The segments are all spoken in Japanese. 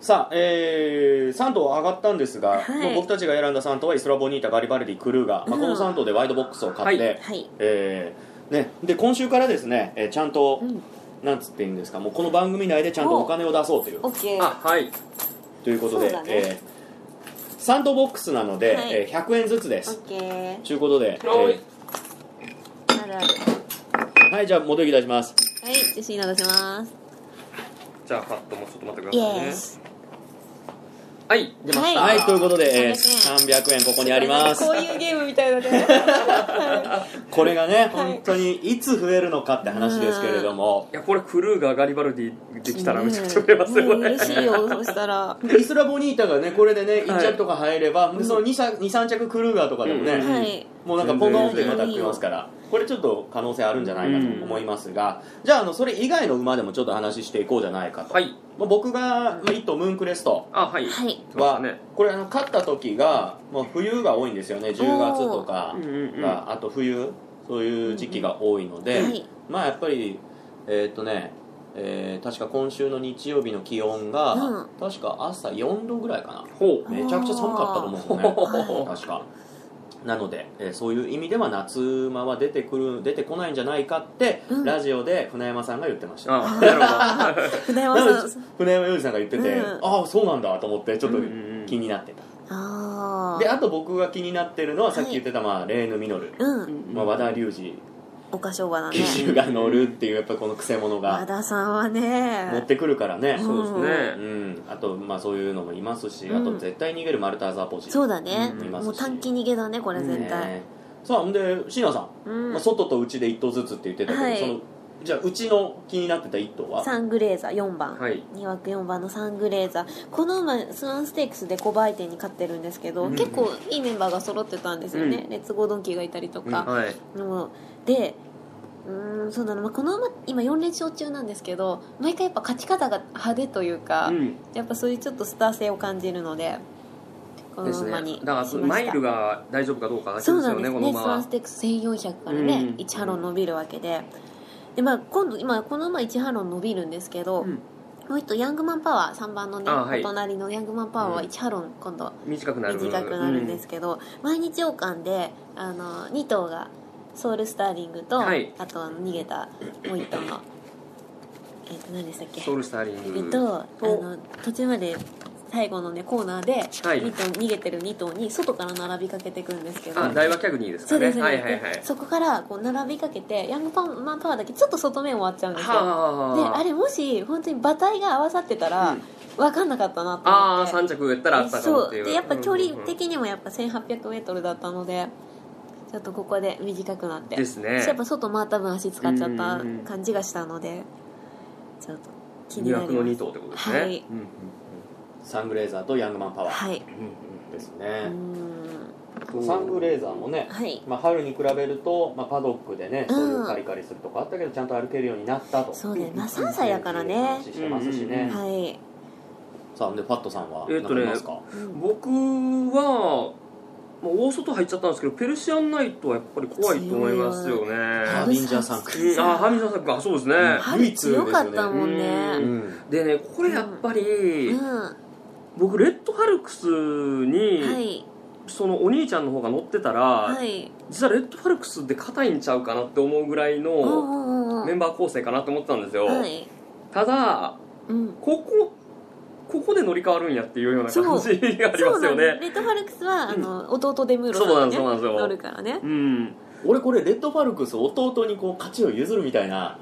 さあ、えー、3頭上がったんですが、はいもう僕たちが選んだ3頭はイスラボニータ、ガリバルディ、クルーガー、まあ、うんこの3頭でワイドボックスを買って、はいはいえーね、で今週からですね、えーちゃんと、うんなんつっていいんですか、もうこの番組内でちゃんとお金を出そうというオッケーあはいということで、そうだねえー、3頭ボックスなので、はいえー100円ずつでオす。ッケーということで、はいあるあるえーはい、じゃあ、戻り出します。はいジェシーナ出しますじゃあカットもちょっと待ってくイださいねエスはい出ましたはい、ということで、えー、 300 300円ここにありますこ。ういうゲームみたいなねこれがね、本当にいつ増えるのかって話ですけれども、いやこれクルーがガリバルディできたらめちゃくちゃ売れますよねこねれ嬉しいよそしたらイスラボニータがね、これでね、は1い着とか入れば、でその 2, 3着クルーガーとかでもね、うんはいもうなんかポンポンってまた食いますから、これちょっと可能性あるんじゃないかと思いますが、じゃああの、それ以外の馬でもちょっと話していこうじゃないかと。はいまあ僕が1頭、ムーンクレストあはいはい出ましたは、ねこれあの、勝った時が、まあ、冬が多いんですよね、10月とかうんうんうんが、あと冬、そういう時期が多いので、はいまあやっぱりえーっとね、えー確か今週の日曜日の気温が、うん確か朝4度ぐらいかほなうめちゃくちゃ寒かったと思うのねあ確かなので、えーそういう意味では夏馬は出てくる出てこないんじゃないかって、うんラジオで船山さんが言ってましたあなるほどな船山のでさん船山洋二さんが言ってて、うんああそうなんだと思ってちょっと うんうんうん気になってた、あでああと僕が気になってるのはさっき言ってた、まあ、レーヌ・ミノル、うんまあ、和田隆二お菓子おばだね騎手が乗るっていうやっぱこのくせ者和が田さんは持っねてくるからね、そうですうねん、あと、まあ、そういうのもいますし、うんあと絶対逃げるマルターザーポジそうだねうんいますしもう短期逃げだねこれ絶対ねさあほんで椎名さん、うんまあ、外と内で1頭ずつって言ってたけど、はいそのじゃあうちの気になってた1頭はサングレーザー4番、はい2枠4番のサングレーザーこの馬スワンステークスで小売店に勝ってるんですけど、うん結構いいメンバーが揃ってたんですよね、うレッツゴードンキーがいたりとか、はいもうでうーんそうなの、まあ、この馬今4連勝中なんですけど毎回やっぱ勝ち方が派手というか、うんやっぱそういうちょっとスター性を感じるのでこでのす馬ねにしだまかしたらマイルが大丈夫かどうかだけですそうなんよでねすこのねス馬ワンはステックス1400からね、うん1ハロン伸びるわけでで、まあ、今度今この馬1ハロン伸びるんですけど、うんもう一頭ヤングマンパワー3番のね、あはいお隣のヤングマンパワーはうん1ハロン今度短くなる短くなるんですけど、毎日王冠であの2頭がソウルスターリングと、はいあとあの逃げたもう1頭のえっ、と何でしたっうけんソウルスターリングえっとあとの途中まで最後のねコーナーではい2頭逃げてる2頭に外から並びかけていくんですけどあ大和キャグニーですそかうねですね、はいはいはいそこからこう並びかけてヤングパンマンパワーだけちょっと外面終わっちゃうんですよではあれもし本当に馬体が合わさってたらうん分かんなかったなと思ああって、 3着やったらあったかもそっうていうでやっぱ距離うんうん的にもやっぱ 1800m だったのでちょっとここで短くなっうてんですねやっぱ外回った分足使っちゃったうんうんうん感じがしたのでちょっと気に2なり枠のま2す頭ってことですねはいうんうんサングレーザーとヤングマンパワーはいですうーね、んうんサングレーザーもね、はいまあ、春に比べると、まあ、パドックでね、そういうカリカリするとこあったけどちゃんと歩けるようになったとそうだよな3歳やからね話してますしね、うんはいさあでファットさんはえーとね何かありますか、うん僕はまあ大外入っちゃったんですけどペルシアンナイトはやっぱり怖いと思いますよねハービンジャーさんかうんあハミさん作あそうですね春強かったもんうねんでねこれやっぱうりんは僕レッドハルクスにいそのお兄ちゃんの方が乗ってたらはい実はレッドハルクスで硬いんちゃうかなって思うぐらいうんうんのうんメンバー構成かなって思ってたんですよはいただうんここここで乗り換わるんやっていうような感じがありそまうすなんよですレねッドファルクスはあの弟デムーロそうなさんんですがねそうなんですよ乗るからねうん俺これレッドファルクス弟にこう勝ちを譲るみたいな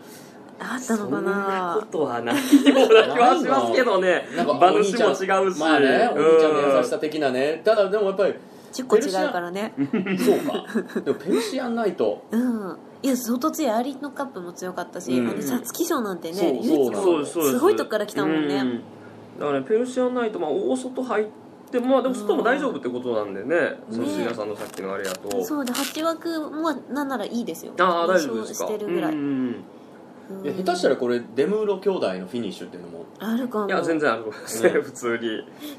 あったそのんかななことはないような気はしますけどねなんか馬主も違うしまあねお兄ちゃんの優しうさ的なねただでもやっぱり10個違うからねそうかでもペルシアンナイトうんいや相当強いアーリーのカップも強かったし、うんあの皐月賞なんてそうねそう唯一んなのそうですそうですすごいとこから来たもんねうだからねペルシアンナイトまあ大外入ってまあでも外も大丈夫ってことなんでねうんそのね椎名さんのさっきのあれやとそうで8枠もなんならいいですよああ大丈夫ですか優勝してるぐらい、うんうんうんいや下手したらこれデムーロ兄弟のフィニッシュっていうのもあるかうもんいや全然あると思いますねうん普通に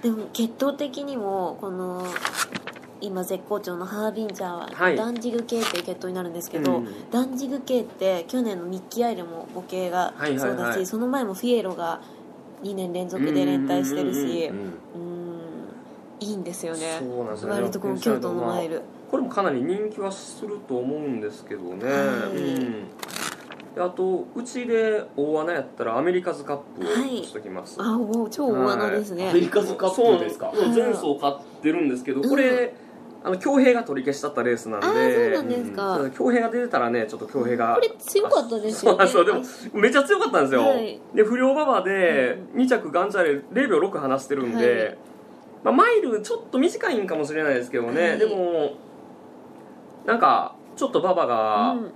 でも血統的にもこの今絶好調のハービンジャーは、はいダンジグ系っていう血統になるんですけど、うんダンジグ系って去年のニッキーアイルも母系がはいはいはいそうだし、その前もフィエロが2年連続で連帯してるしううんんいいんですよねそうなんですよね割とこの京都のマイルこれもかなり人気はすると思うんですけどね、はいうんであとうちで大穴やったらアメリカズカップをしときます、あもう超大穴ですね、アメリカズカップですかそう前走買ってるんですけどうんこれ、あの恭平が取り消しだったレースなんああーそうでなんですか、うん恭平が出てたらねちょっと恭平がこれ強かったですよねあそうでもめっちゃ強かったんですよ、はいで不良馬場で2着ガンジャレ0秒6離してるんで、はいまあ、マイルちょっと短いんかもしれないですけどね、はいでもなんかちょっと馬場あがうん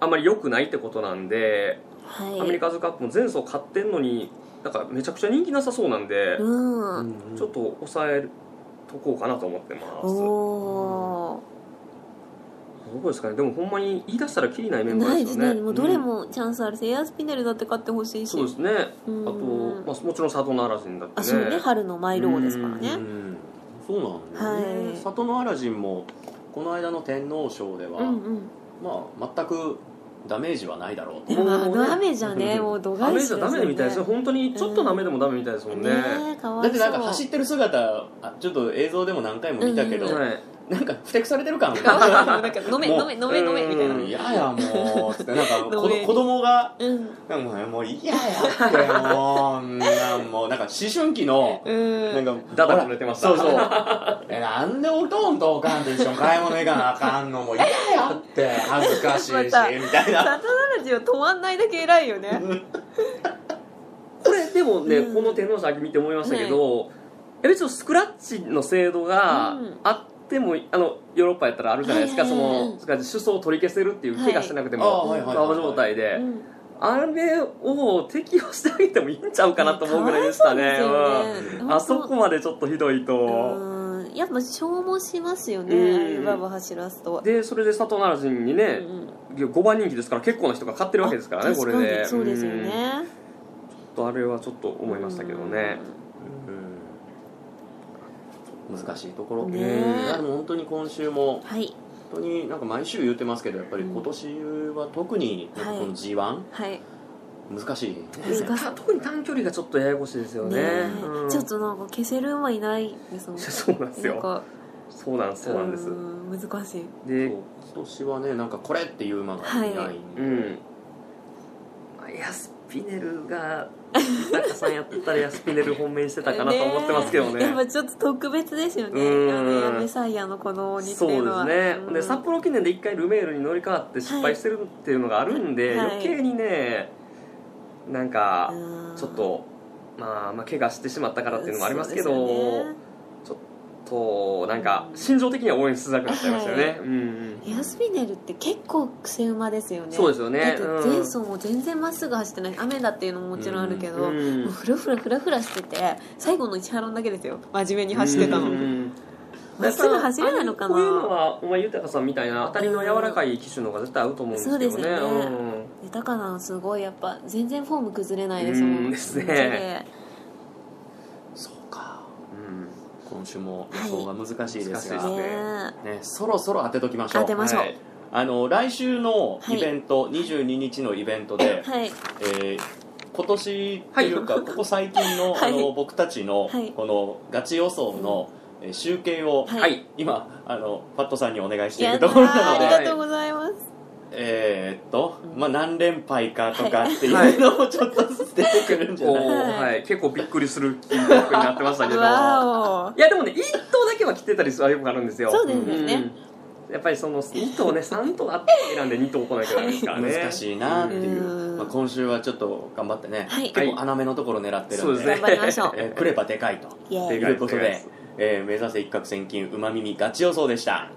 あんまり良くないってことなんで、はい、アメリカズカップも前走買ってんのになんかめちゃくちゃ人気なさそうなんで、うん、ちょっと抑えとこうかなと思ってますどおこですかねでもほんまに言い出したらきりないメーンバなーいでですすよねねもうどれ、もチャンスあるし、エアスピネルだって買ってほしいうんしそうですねあと、うんまあ、もちろん里のアラジンだってねあそうね春のマイル王ですからねうんそうなんだよね、はい里のアラジンもこの間の天皇賞では、うんうんまあ、全くダメージはないだろうとでもあもうねの雨じゃ ねもう度ダ外メ視じゃダメみたいですね本当にちょっとダメでもダメみたいですもんね,、ねえかわだいってそうなんか走ってる姿あちょっと映像でも何回も見たけど、うんうんはいなんかふてくされてる 感かがわいそうなんか飲めもう飲め飲め飲めみたいなうん嫌やもうつってなん か子飲め子供がうんなんかもう嫌やってもうなんもうなんか思春期のうんなんかダダこねてましたほら そうそうえなんでおとんとおかんと一緒に買い物行かなあかんのもう嫌やって恥ずかしいしまみたたいなサトナラジは止まんないだけ偉いよねこれでもね、うんこの天皇賞見て思いましたけど、え別にスクラッチの制度がうんあっても、あのヨーロッパやったらあるじゃないですか、はいはいはいはいその首相を取り消せるっていうはい怪我してなくてあも、はいはいはい馬場状態で、うんあれを適用してあげてもいいんちゃうかなと思うぐらいでしたねかわいそうですよねうんあそこまでちょっとひどいと、うんやっぱ消耗しますよね、うんああいうババ走らすと。でそれで佐藤奈良人にね、うん5番人気ですから結構な人が買ってるわけですからねあこれ確かでにそうですよねんちょっとあれはちょっと思いましたけどね、うん難しいところ、ねいやでも本当に今週もはい本当になんか毎週言ってますけどやっぱり今年は特になんかこの g 1、はい難しいね難しいた特に短距離がちょっとややこしいですよねねうんちょっとなんか消せる馬いないですもんそうなんですなんよかそうなんですそうなんですん難しいそうで今年はねなんかこれっていう馬がいないんで、うんエアスピネルが田中さんやってたらエアスピネル本命してたかなと思ってますけどねやっぱちょっと特別ですよねうんあの矢部サイヤのこの日そう程でのすはね、うんで札幌記念で一回ルメールに乗り換わって失敗してるっていうのがあるんで、はい余計にねなんかうんちょっと、まあ、まあ怪我してしまったからっていうのもありますけどそうですよねとなんか心情的には応援しづらくなっちゃいましたよね、はいうんうんエアスピネルって結構癖馬ですよねそうですよだっねてうん前走も全然まっすぐ走ってない雨だっていうのももちろんあるけど、うんもうフラフラフラフラしてて最後の1ハロンだけですよ真面目に走ってたのうんまっすぐ走れないのかなこういうのはお前豊さんみたいな当たりの柔らかい機種の方が絶対合うと思うんですけどねそうですよねん豊かなすごいやっぱ全然フォーム崩れないですもんうんですね綺麗そうかうん今週も予想が難しいですが、はい難しいでねね、そろそろ当てときましょう当てましょうはいあの来週のイベント、22日のイベントで、はいえー今年というか、ここ最近 の,、はいあの僕たちの、はいこのガチ予想の、えー集計を、はいはい今あのファットさんにお願いしていやるったとーころなのあでりがとうございますえーっと、うんまあ、何連敗かとかってはいいうのもちょっと出てくるんじゃこなうい、はいはい、結構びっくりする金額になってましたけどいわやでもね一頭だけは切ってたりするよくあるんですよそうですよねうんやっぱりその2頭ね3頭あって選んで2頭来なきゃいけないですからね難しいなっていう、うんまあ、今週はちょっと頑張ってね、はい結構穴目のところ狙ってるんで,、そうでおす頑ね張りましょうえー来ればでかいとイエーイということで、えー目指せ一攫千金うまみみガチ予想でした